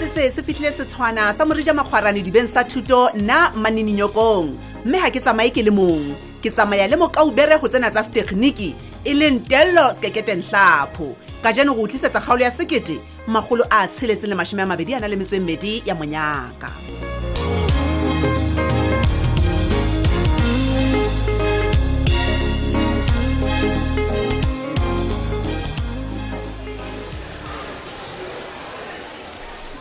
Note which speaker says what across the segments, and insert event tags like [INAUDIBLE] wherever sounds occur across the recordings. Speaker 1: se se se fitlhile setshwana sa morija makgwarane dibeng sa thuto nna manininyokong mme ga ke tsamaye ke le mong ke tsamaya le mokaubere go tsena tsa setekgeniki e leng tello sekeketentlhapho ka jano go utlwisetsa kgaolo ya sekete magolo a tsheletse le mašome a mabedi a na le metsweng medi ya monyaka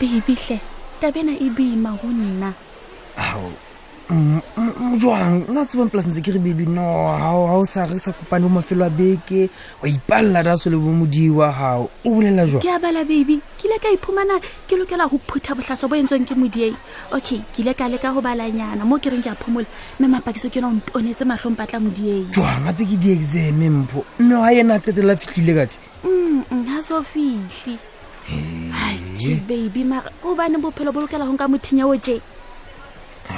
Speaker 2: bebihle tabena e boima go nna
Speaker 3: jang nna tsebang polasentse ke re bebi no gao ga o sa re sa kopane bo mafelo a beke wa ipalela daso le bo modimo wa gago o bolelela jang
Speaker 2: ke a bala baby ke ile ka iphumana ke lokela go phutha botlhaso bo entsweng ke modiei okay ke ile ka leka go balanyana mo ke reng ke a phomola mme mapakiso ke na o ntonetse matlhompatla modiei
Speaker 3: jang gape ke di-exame mpho mme ga ena a qetelela fitlhile kate
Speaker 2: mm ha so fihle ai baby mara gobane bophelo bo lokela go nka mothinya o je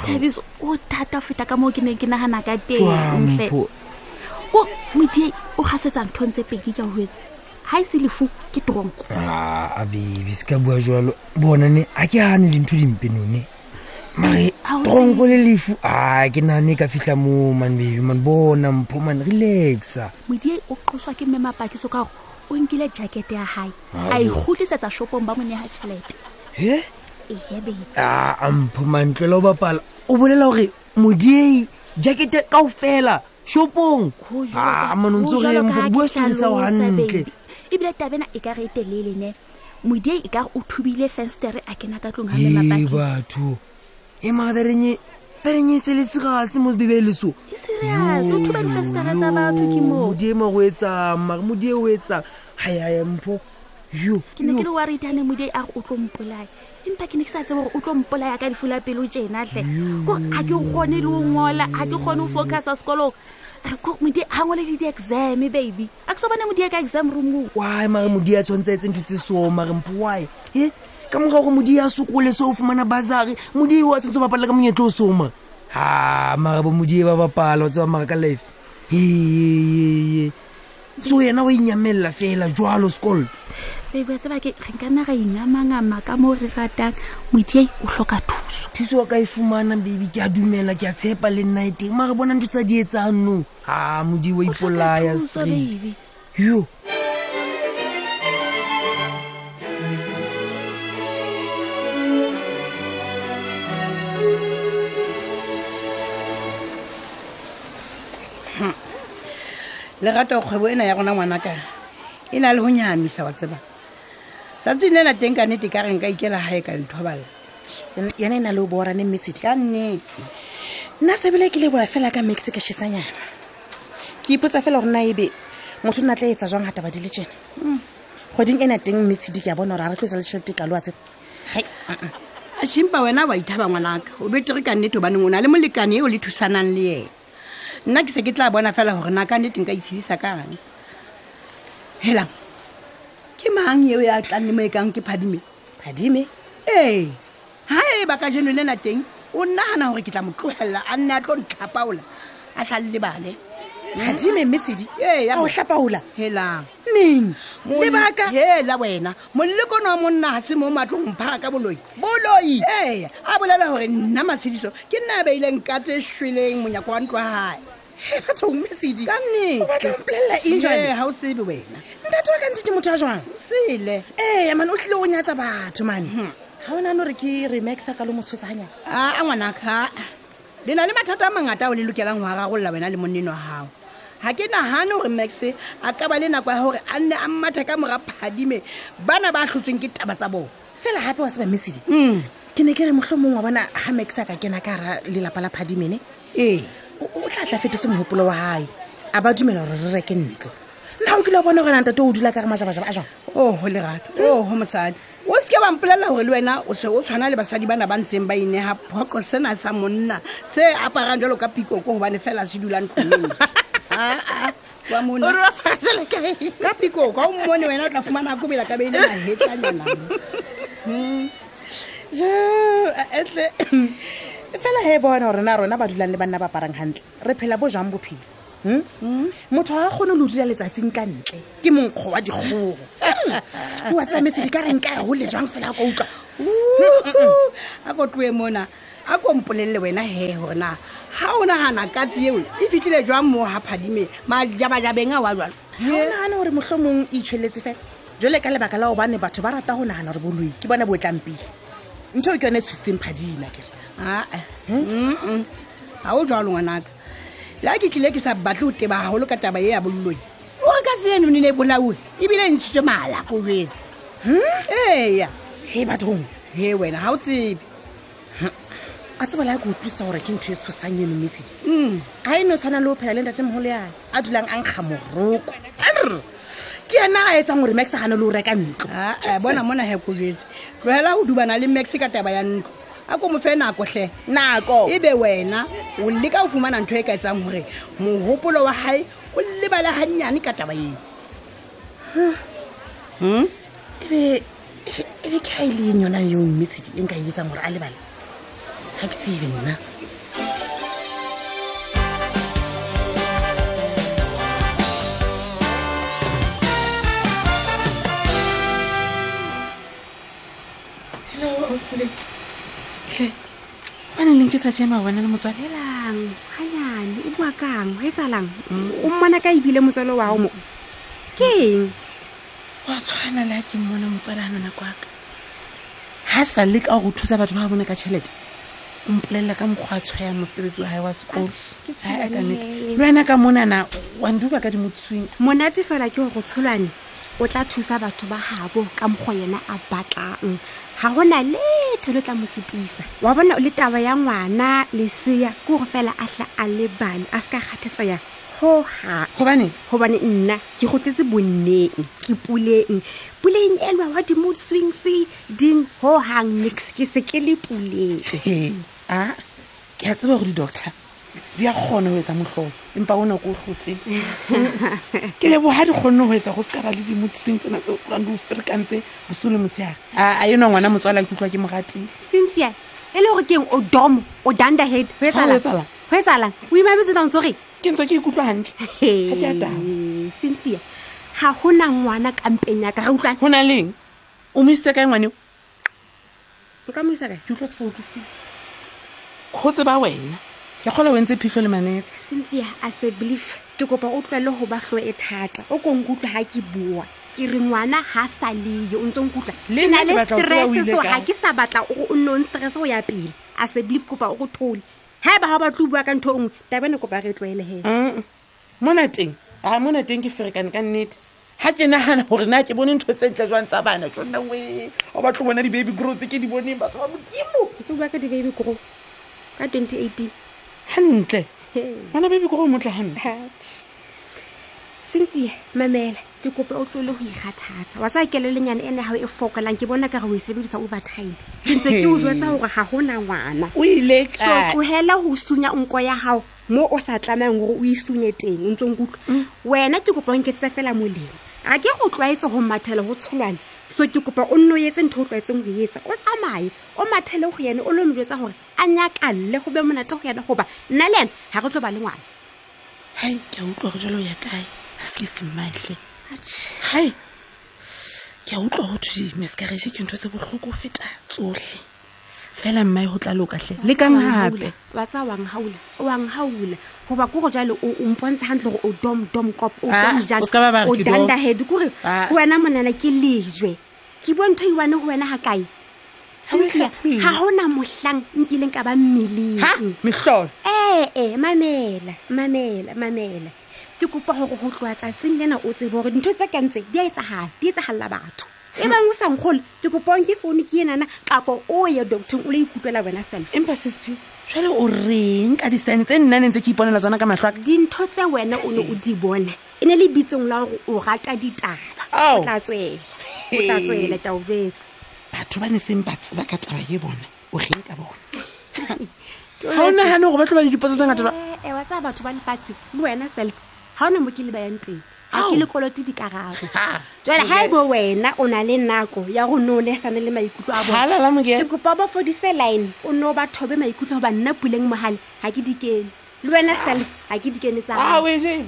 Speaker 2: tabiso o thata ho feta ka moo ke neng ke nagana ka
Speaker 3: jang
Speaker 2: tengle
Speaker 3: mpho
Speaker 2: o modie o gasetsa nthong tse pedi ka ho etsa ga e se lefu ke tronko
Speaker 3: a bebi se ka bua jalo bonane ga ke gane dintho dimpenone mare
Speaker 2: Ao.
Speaker 3: tronko le lefu a ke nagane ka fitlha moo man bebi man bona mpho man relaxa
Speaker 2: modie o qoswa ke mme mapakiso ka gore o nkile jackete ya gae a e godisetsa shopong ba mo neya tšhelete
Speaker 3: e
Speaker 2: ehe baby
Speaker 3: a mpho mantlela o bapala o bolela gore modiei jakete kao fela shopong
Speaker 2: Ho jwalo ka-
Speaker 3: a manontse
Speaker 2: ho jwalo ka
Speaker 3: rempo
Speaker 2: ha
Speaker 3: bua
Speaker 2: ke
Speaker 3: story sao
Speaker 2: hlalosa,
Speaker 3: gantle
Speaker 2: baby. ebile tabena e ka re etelele ne modie e ka re o thubile fenstere a kena ka tlong ga mme
Speaker 3: e
Speaker 2: mapakiso
Speaker 3: batho e mara tarenye tarenye se le segase mo bebe leso
Speaker 2: e serius o thuba difenstere tsa batho ke moo
Speaker 3: modie ma go etsang mare modie o etsang gayaa mpho yo
Speaker 2: ke ne ke
Speaker 3: yo.
Speaker 2: le wa retane modie a re o tlo mpolaya empa ke ne ke sa tsebe gore o tlo mpolaya ka lefu la pelo tsenatlhe kore ga ke kgone le o ngola ga ke kgone ho focusa sekolong Are ko modie ga ngwele le di-exam baby a ke so bone modie ka exam roomong
Speaker 3: why mare modie a tshwanetse a etse ntho tse so mare mpo why e ka morago gore modie a sokole se o fumana bazare modie o a tshwanetse o bapala ka monyetla o so mare ha mara bo modie ba bapala o tseba mara ka life ee so yena wa inyamelela fela jalo sekolo
Speaker 2: baby a tsebake re nkanna ra ingamangama ka moo re ratang modie o tlhoka thuso
Speaker 3: thuso wa ka e fumana baby ke a dumela ke a tshepa le nna e teng mare bona ntho tsa di etsang no ha modie
Speaker 2: O
Speaker 3: wa
Speaker 2: hloka
Speaker 3: ipolaya
Speaker 2: thuso,
Speaker 3: straight
Speaker 2: baby
Speaker 3: yo
Speaker 4: le rata kgwebo ena ya rona ngwanaka e na le go nyamisa wa tseba tsatsi le na teng ka nnete ka reng ka ikela gae ka nthobalela
Speaker 5: yana e na le o borane mmesedi
Speaker 4: ka nnete
Speaker 5: nna sebele ke leboa fela ka max ka shesanyana ke ipotsa fela gore na ebe motho o ne a tla etsa jwang gataba di le tsena goding e na teng mmesedi ke a bona gore a re tloetsa le tšhelete ka lo a tseba
Speaker 4: ashimpa wena wa ithaba ngwanaka o betere ka nnete obaneng o na le molekane eo le thusanang le ena nna ke se ke tla bona fela gore na ka nnete nka itshedisa kang helang ke mang eo ya tlang le mo e kang ke phadime
Speaker 5: phadime
Speaker 4: ee ga e ba ka jeno lena teng o nnagana gore ke tla mo tlogelela a nne a tlo ntlhapaola a tlhale lebale
Speaker 5: phadime mmesedi
Speaker 4: Ee,
Speaker 5: a
Speaker 4: ya
Speaker 5: o
Speaker 4: mo-
Speaker 5: hlapaola
Speaker 4: helang
Speaker 5: neng
Speaker 4: lebaka
Speaker 5: lebaka
Speaker 4: hela wena molekone wa monna ga se mo matlong mphara ka boloi boloi ee a bolela gore nna matshediso ke nna a beileng ka tse shweleng monyako wa ntlo gae
Speaker 5: He, batho mmesedi
Speaker 4: ka
Speaker 5: o batla ho mpolelela eng jwale?
Speaker 4: ga o tsebe wena
Speaker 5: ntate wa kante ke motho a jwang
Speaker 4: O sele
Speaker 5: ee mane Eh, o tlile o nyatsa batho mane ga o nane gore ke remaxa ka lo motshosanyana
Speaker 4: a ngwanaka le na le mathata a mangata a o le lokelang go rarolola wena le monneno wa gago ga ke nagane gore max a ka ba le nako ya gore a nne a mmatha ka mora phadime bana ba tlhotsweng ke taba tsa bone
Speaker 5: fela gape wa seba mesedi
Speaker 4: Mm.
Speaker 5: ke ne ke re motlho mongwe wa bona ga max a ka kena ka gara lelapa la phadimene
Speaker 4: ee
Speaker 5: o o tla tla fetotse mogopolo wa gae a ba dumela gore re reke ntlo nna o kile wa bona gore ntate o dula ka re majabajaba a jang
Speaker 4: oho lerato oho Oh, mosadi o seke wa mpolelela gore le wena o se o tshwana le basadi bana ba ntseng ba inega phoko sena sa monna se aparang jalo ka pikoko gobane fela se dulang tlhoneng Ah, wa mona
Speaker 5: ore wa faateleke
Speaker 4: ka piko ka o mmone wena o tla fumana ko bela ka beile mahetlanyana
Speaker 5: jo a- etle [CLEARS THROAT] fela he bona gore na rona ba dulang le banna ba aparang gantle re phela bo jang bophelo Hmm? motho ga a kgone le o dula letsatsing ka ntle ke monkgo wa dikgogo wa tseba mesedi ka reng ka go le jang fela ko utlwa
Speaker 4: [LAUGHS] a ko tloe mona a ko mpolelele wena he gorena ga o nagana katsi eo e fitlhile jwang mo ga phadime majabajabeng a wa jalo
Speaker 5: ga o nagana gore motlho mongwe e itshweletse fela jole ka lebaka la gobane batho ba rata go nagana gore boloi ke bone bo tlampile ntho o ke yone e tshositseng phadima kere
Speaker 4: aa ga o jalo ngwanaka la ke tlile ke sa batle o teba gagolo ka taba e ya bolloi ore katsi eno ne ne bolaue ebile e ntshitswe mala ko jetse eya
Speaker 5: he bathong
Speaker 4: he wena ga o tsebe
Speaker 5: a tsebala ya ke utlwisa gore ke ntho e tshosang eno mesedi
Speaker 4: Mm.
Speaker 5: ga e no tshwana le o phela le ntate mogolo yane a dulang a nkga moroko Arr! ke ena a etsang gore max gane le o reka ntlo
Speaker 4: Ah, ah, bona mona he ko jetse tlogela go dubana le max ka taba ya ntlo a ko mo fe nakotlhe
Speaker 5: nako
Speaker 4: ebe wena o leka ho fumana ntho e ka etsang hore mohopolo wa hae o lebale hannyane ka taba eo
Speaker 5: ebe ebe ke ga e le eng yona eo mesedi e nka e etsang gore a lebale ga ke tsebe nna tle gane leng ke tsaema wena le motswane
Speaker 6: helang ganyane e bua kang ga e tsalang o mmona ka ebile motswalo wa o mo ke eng
Speaker 5: wa tshwana le a ke mmona motswalana nako aka ga sa le ka go thusa batho ba bona ka tšhelete o mpolelela ka mokgwa a tshwayang mosebetsi wa gae wa sekolo
Speaker 6: Atjhe, ke
Speaker 5: Hai, a ka
Speaker 6: tshwenyehile.
Speaker 5: nnete. le wena ka monana wa nduba ka dimotsuing
Speaker 6: monate fela ke go tsholwane o tla thusa batho ba gabo ka mokgwa yena a batlang ga gona letho le tla mo setisa wa bona le taba ya ngwana lesea ke gore fela a tla a lebale a se ka kgathetsa ya gogang
Speaker 5: gobane
Speaker 6: gobane nna ke gotetse bonneng ke puleng puleng elwa wa di-mood swings ding ho hang nix ke se ke le puleng
Speaker 5: he a ke a tseba go di-doctor di a kgona go etsa motlhobo empa o nako o tlotse ke leboga di kgonne go etsa go se ka ba le dimotsuing tsena tse utlwang di o ferekantse bosole motsheare a enwa ngwana motswala ke utlwa ke mo ratile
Speaker 6: cynthia e le gore ke eng o domo o dunderhead ho
Speaker 5: Ha ho etsahalang?
Speaker 6: etsalang ho etsalang o imametsetsanotse gore
Speaker 5: ke ntse ke ikutlwa gantle ga ke a taba
Speaker 6: cynthia ga gona ngwana kampeng yaka re utlwane
Speaker 5: go na leng o mo isitse kae ngwaneo
Speaker 6: nka mo isa kae
Speaker 5: ke utlwa ke sa utlwisise go tseba wena ke kgola o ntse phitlho le manetse
Speaker 6: cynthia a se belief ke kopa o tlwele go batlo e thata o ko nkutlwa ga ke bua ke re ngwana ga sa leyo o ntse nkutlwa
Speaker 5: Le
Speaker 6: Ke
Speaker 5: nna
Speaker 6: na
Speaker 5: ke
Speaker 6: le
Speaker 5: batla ho tseba o
Speaker 6: stress
Speaker 5: ile
Speaker 6: so
Speaker 5: kae.
Speaker 6: ga ke sa batla ore o non stress go ya pele a se belief kopa o go thole ga e ba ga o batle o bua ka ntho e nngwe tabane kopa re e tlwaele fela
Speaker 5: Mm. mona teng a mona teng ke ferekane ka nnete ga ke nagana gore na ke bone ntho tse ntle jwang tsa bana tsonna oe o batlo bona di-baby growth ke di boneng batho ba modimo
Speaker 6: ntse o bua ka di-baby grow ka twenty eighteen
Speaker 5: gantle ngwana baby ko go motle gampe
Speaker 6: cynthia mamela ke kopa o tlole go ikgathatsa wa tsaya kelelenyane e ne gao e fokolang ke bona ka re o e sebedisa overtime ke ntse ke o jwetsa gore ga gona ngwana
Speaker 5: o ile
Speaker 6: so tlogela go sunya nko ya gago mo o sa tlamayang gore o isunye teng o ntse nkutlwa
Speaker 5: Mm.
Speaker 6: wena ke kopa o nketsetsa fela molemo ga ke go tlwaetse go mathela go tsholwane so ke kopa o nne o etse ntho o tlwaetseng go etsa o tsamaye o mathele go yene o lo mojwetsa gore a nyakalle go be monate go yena goba nna le ena ga re tlo ba le ngwana
Speaker 5: hai ke a utlwa go jalo ya kae a selesemmatlhe
Speaker 6: Atjhe.
Speaker 5: hai ke a utlwa go thwe mescarage ke ntho tse botlhoko ho feta tsotlhe fela mmae go tla lokatlhe le kang gape
Speaker 6: wa tsa wang haula wang haula goba ko go jalo o o mpontsha gantle gore o dom dom cop o
Speaker 5: Ah,
Speaker 6: dom jang,
Speaker 5: o ska ba ba re
Speaker 6: o
Speaker 5: ke dom.
Speaker 6: dunderhead kore
Speaker 5: Ah.
Speaker 6: go wena monana ke lejwe ke bua ntho iwane go wena ga kae
Speaker 5: Ha o e
Speaker 6: cynthia
Speaker 5: hlapholla.
Speaker 6: ga gona motlhang nkileng ka ba
Speaker 5: ha
Speaker 6: mmeleng
Speaker 5: metlholo
Speaker 6: ee mamela mamela mamela ke kopa gore go tloa tsatsing lena o tsebe gore dintho tse kantse di a etsagala di etsagalela batho e bang o sa nkgole ke kopang ke founu ke enana kapo o ye doctong o le ikutlwela wena self
Speaker 5: empa sespi jale o reng ka disaine tse nna ne ntse ke iponela tsona ka matlho aka
Speaker 6: dintho tse wena o ne o di bona e ne le bitsong la gore o rata ditaba
Speaker 5: Ao.
Speaker 6: o tla tswela o tla tswela tao jetsa
Speaker 5: batho ba ne seng ba tseba ka taba e bona o reng ka bona ga o nagane gore ba tlo ba le dipotso tse ngata ba-
Speaker 6: Eh, wa tsaya batho ba lefatshe le wena self ha ona mo ke le bayang teng ga ke
Speaker 4: Ao.
Speaker 6: le kolote dikarabo
Speaker 4: Ha.
Speaker 6: jale ga e bo wena o na le nako ya go ne o nesane le maikutlo a bona
Speaker 4: halala moke
Speaker 6: ke kopa o ba fodise line o ne o ba thobe maikutlo goba nna puleng mogale ga ke dikene le wena sales ga ke dikene tsa hao.
Speaker 4: ejele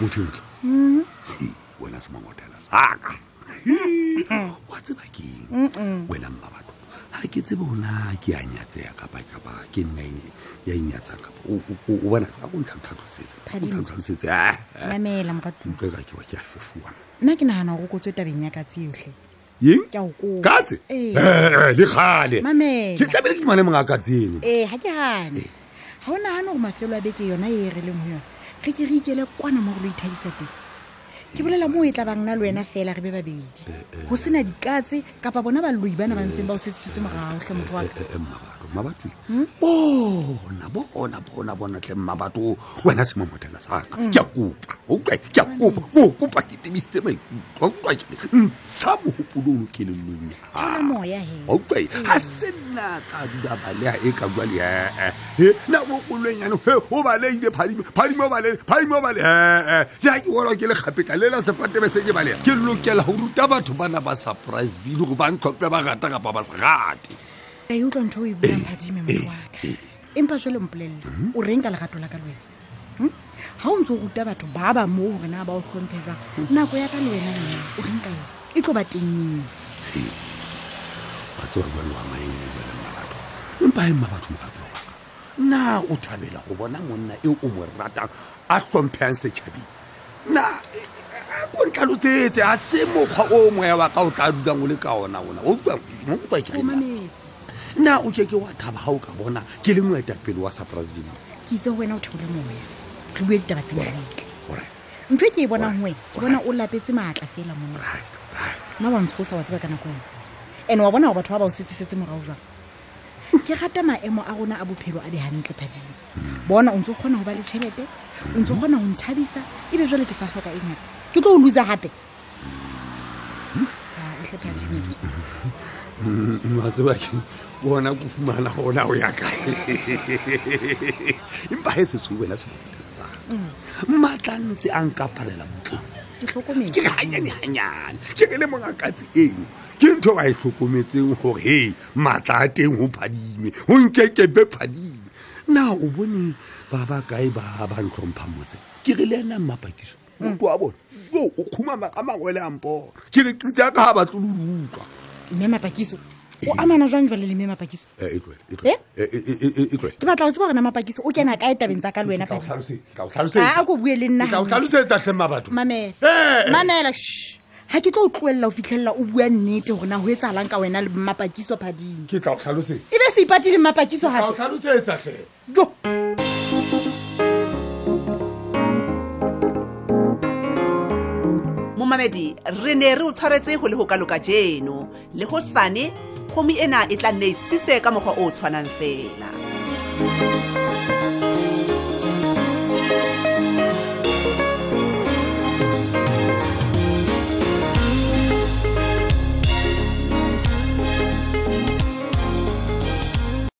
Speaker 7: motheotla
Speaker 5: Mm-hmm.
Speaker 7: wena se mangwatela
Speaker 5: [LAUGHS]
Speaker 7: saka wa tseba keng wena mma batho ga ke tsebe gona ke a nyatseya kapa kapa ke nna eng- ya inyatsang kapa O- o- o o bona a ko ntlhantlhalosetse
Speaker 5: Phadimo.
Speaker 7: ntlhantlhalosetse
Speaker 5: mamela moratuwa
Speaker 7: utlwe ka kewa ke a fefuana
Speaker 5: nna ke nagana gore o kotswe tabeng ya ka tseotlhe
Speaker 7: eng
Speaker 5: ke a o koa
Speaker 7: katse
Speaker 5: Ee.
Speaker 7: le gale
Speaker 5: Mamela.
Speaker 7: ke tlabele ke mane mongaka tseno
Speaker 5: ee ga ke
Speaker 7: Eh.
Speaker 5: gane ga o nagane gore mafelo a beke yona e e re leng go yone ge ke re ikele kwana mo go lo ithabisa teng ke bolela mo e tla bang na le wena fela re be
Speaker 7: Eh,
Speaker 5: babedi go sena dikatse kapa bona baloi bana ba ntseng ba o setsisetse moragotlhe motho wa ka
Speaker 7: Eh, Oh, eh, mmabatho mmabatho bona bona bona bona tle mmabatho wena se momotela saka ke a kopa outlwa ke a kopa o kopa ke tebisitse maikutlo outlwa ke ntsha mogopolong ke lelong
Speaker 5: Theola moya hee.
Speaker 7: outlwa ga se nna tsa dula balea e ka jwa lee nna mogopolong yane he o baleile phadimo phadimo o balele phadimo o bale ee ja ke borwa ke lekgapetla le la sefatebe se ke balea ke lokela go ruta batho bana ba surprise bile go ba ntlhophe ba rata kapa ba sa rate
Speaker 5: ka e utlwa ntho o e buang phadime motho wa ka empa jalo mpolelele o reng ka legato la ka le wena Hmm? ha o ntse o ruta batho ba ba moo gore na ba o tlhomphe jwang nako ya ka le wena nna o reng ka yone e tlo ba tengeng
Speaker 7: ba tseba jalo wa maeng le jale mmabatho empa e mmabatho mogape waka na o thabela go bona monna e o mo ratang a tlhomphehang setšhabeng na e- e- a ko ntlhalosetse a se mokgwa o moya wa ka o tla dulang o le ka ona ona o utlwa- mo utlwa ke
Speaker 5: o
Speaker 7: reng na?
Speaker 5: mametse
Speaker 7: na o ke ke wa thaba ga o ka bona ke le moetapele wa surpriseville
Speaker 5: ke itse ho wena o theole moya re bue ditaba tse mabetle ntho e ke e bonang ho wena ke bona o lapetse maatla fela monna nna wa ntsho o sa wa tseba ka nako ngwe and wa bona gore batho ba ba o setsisetse morago jwang ke rata maemo a rona a bophelo a be gantle phadimo bona o ntse o kgona go ba le tšhelete o ntse o kgona go nthabisa ebe jale ke sa tlhoka e ngaka ke tlo o losa gape ehle phadimo
Speaker 7: wa tseba ke bona ko fumana gona o ya kae empa e setswe wena se mamotela sa mmatla ntse a nkapalela botlong
Speaker 5: ke tlhokomele
Speaker 7: ke re hanyane-hanyane ke re le mongakatse eno ke ntho ba e tlhokometseng gore he maatla a teng go phadime go nkekebe phadime na o bone ba ba kae ba ba ntlhompha motse ke re le ena mmapakiso motho wa bone yo o khumama ka mangwele a mpona ke re kitsa ka ga batlo le utlwa
Speaker 5: mme mapakiso o amana jwang jwale le mme mapakiso
Speaker 7: Eh, e tlohele, e tlohele. Eh, e- e- e- e- e tlohele.
Speaker 5: ke batla go tseba gore na mapakiso o kena kae tabeng tsa ka le wena
Speaker 7: Ke tla
Speaker 5: phadimo
Speaker 7: o hlalosetsa, ke tla o hlalosetsa.
Speaker 5: a a ko bue le nna
Speaker 7: Ke tla o
Speaker 5: hantle.
Speaker 7: hlalosetsa hle mmabatho Eh, eh.
Speaker 5: mamela mamela sh ga ke tlo o tloelela go fitlhelela o bua nnete gorena go e tsalang ka wena le mmapakiso phadimo
Speaker 7: ke tla o hlalosetsa
Speaker 5: e be se ipatile mmapakiso
Speaker 7: Ke tla o
Speaker 5: gape
Speaker 7: hlalosetsa hle
Speaker 5: jo
Speaker 1: momamedi re ne re o tshwaretse go le go kaloka jeno le go sane kgomo ena e tla nne e sise ka mokgwa o o tshwanang fela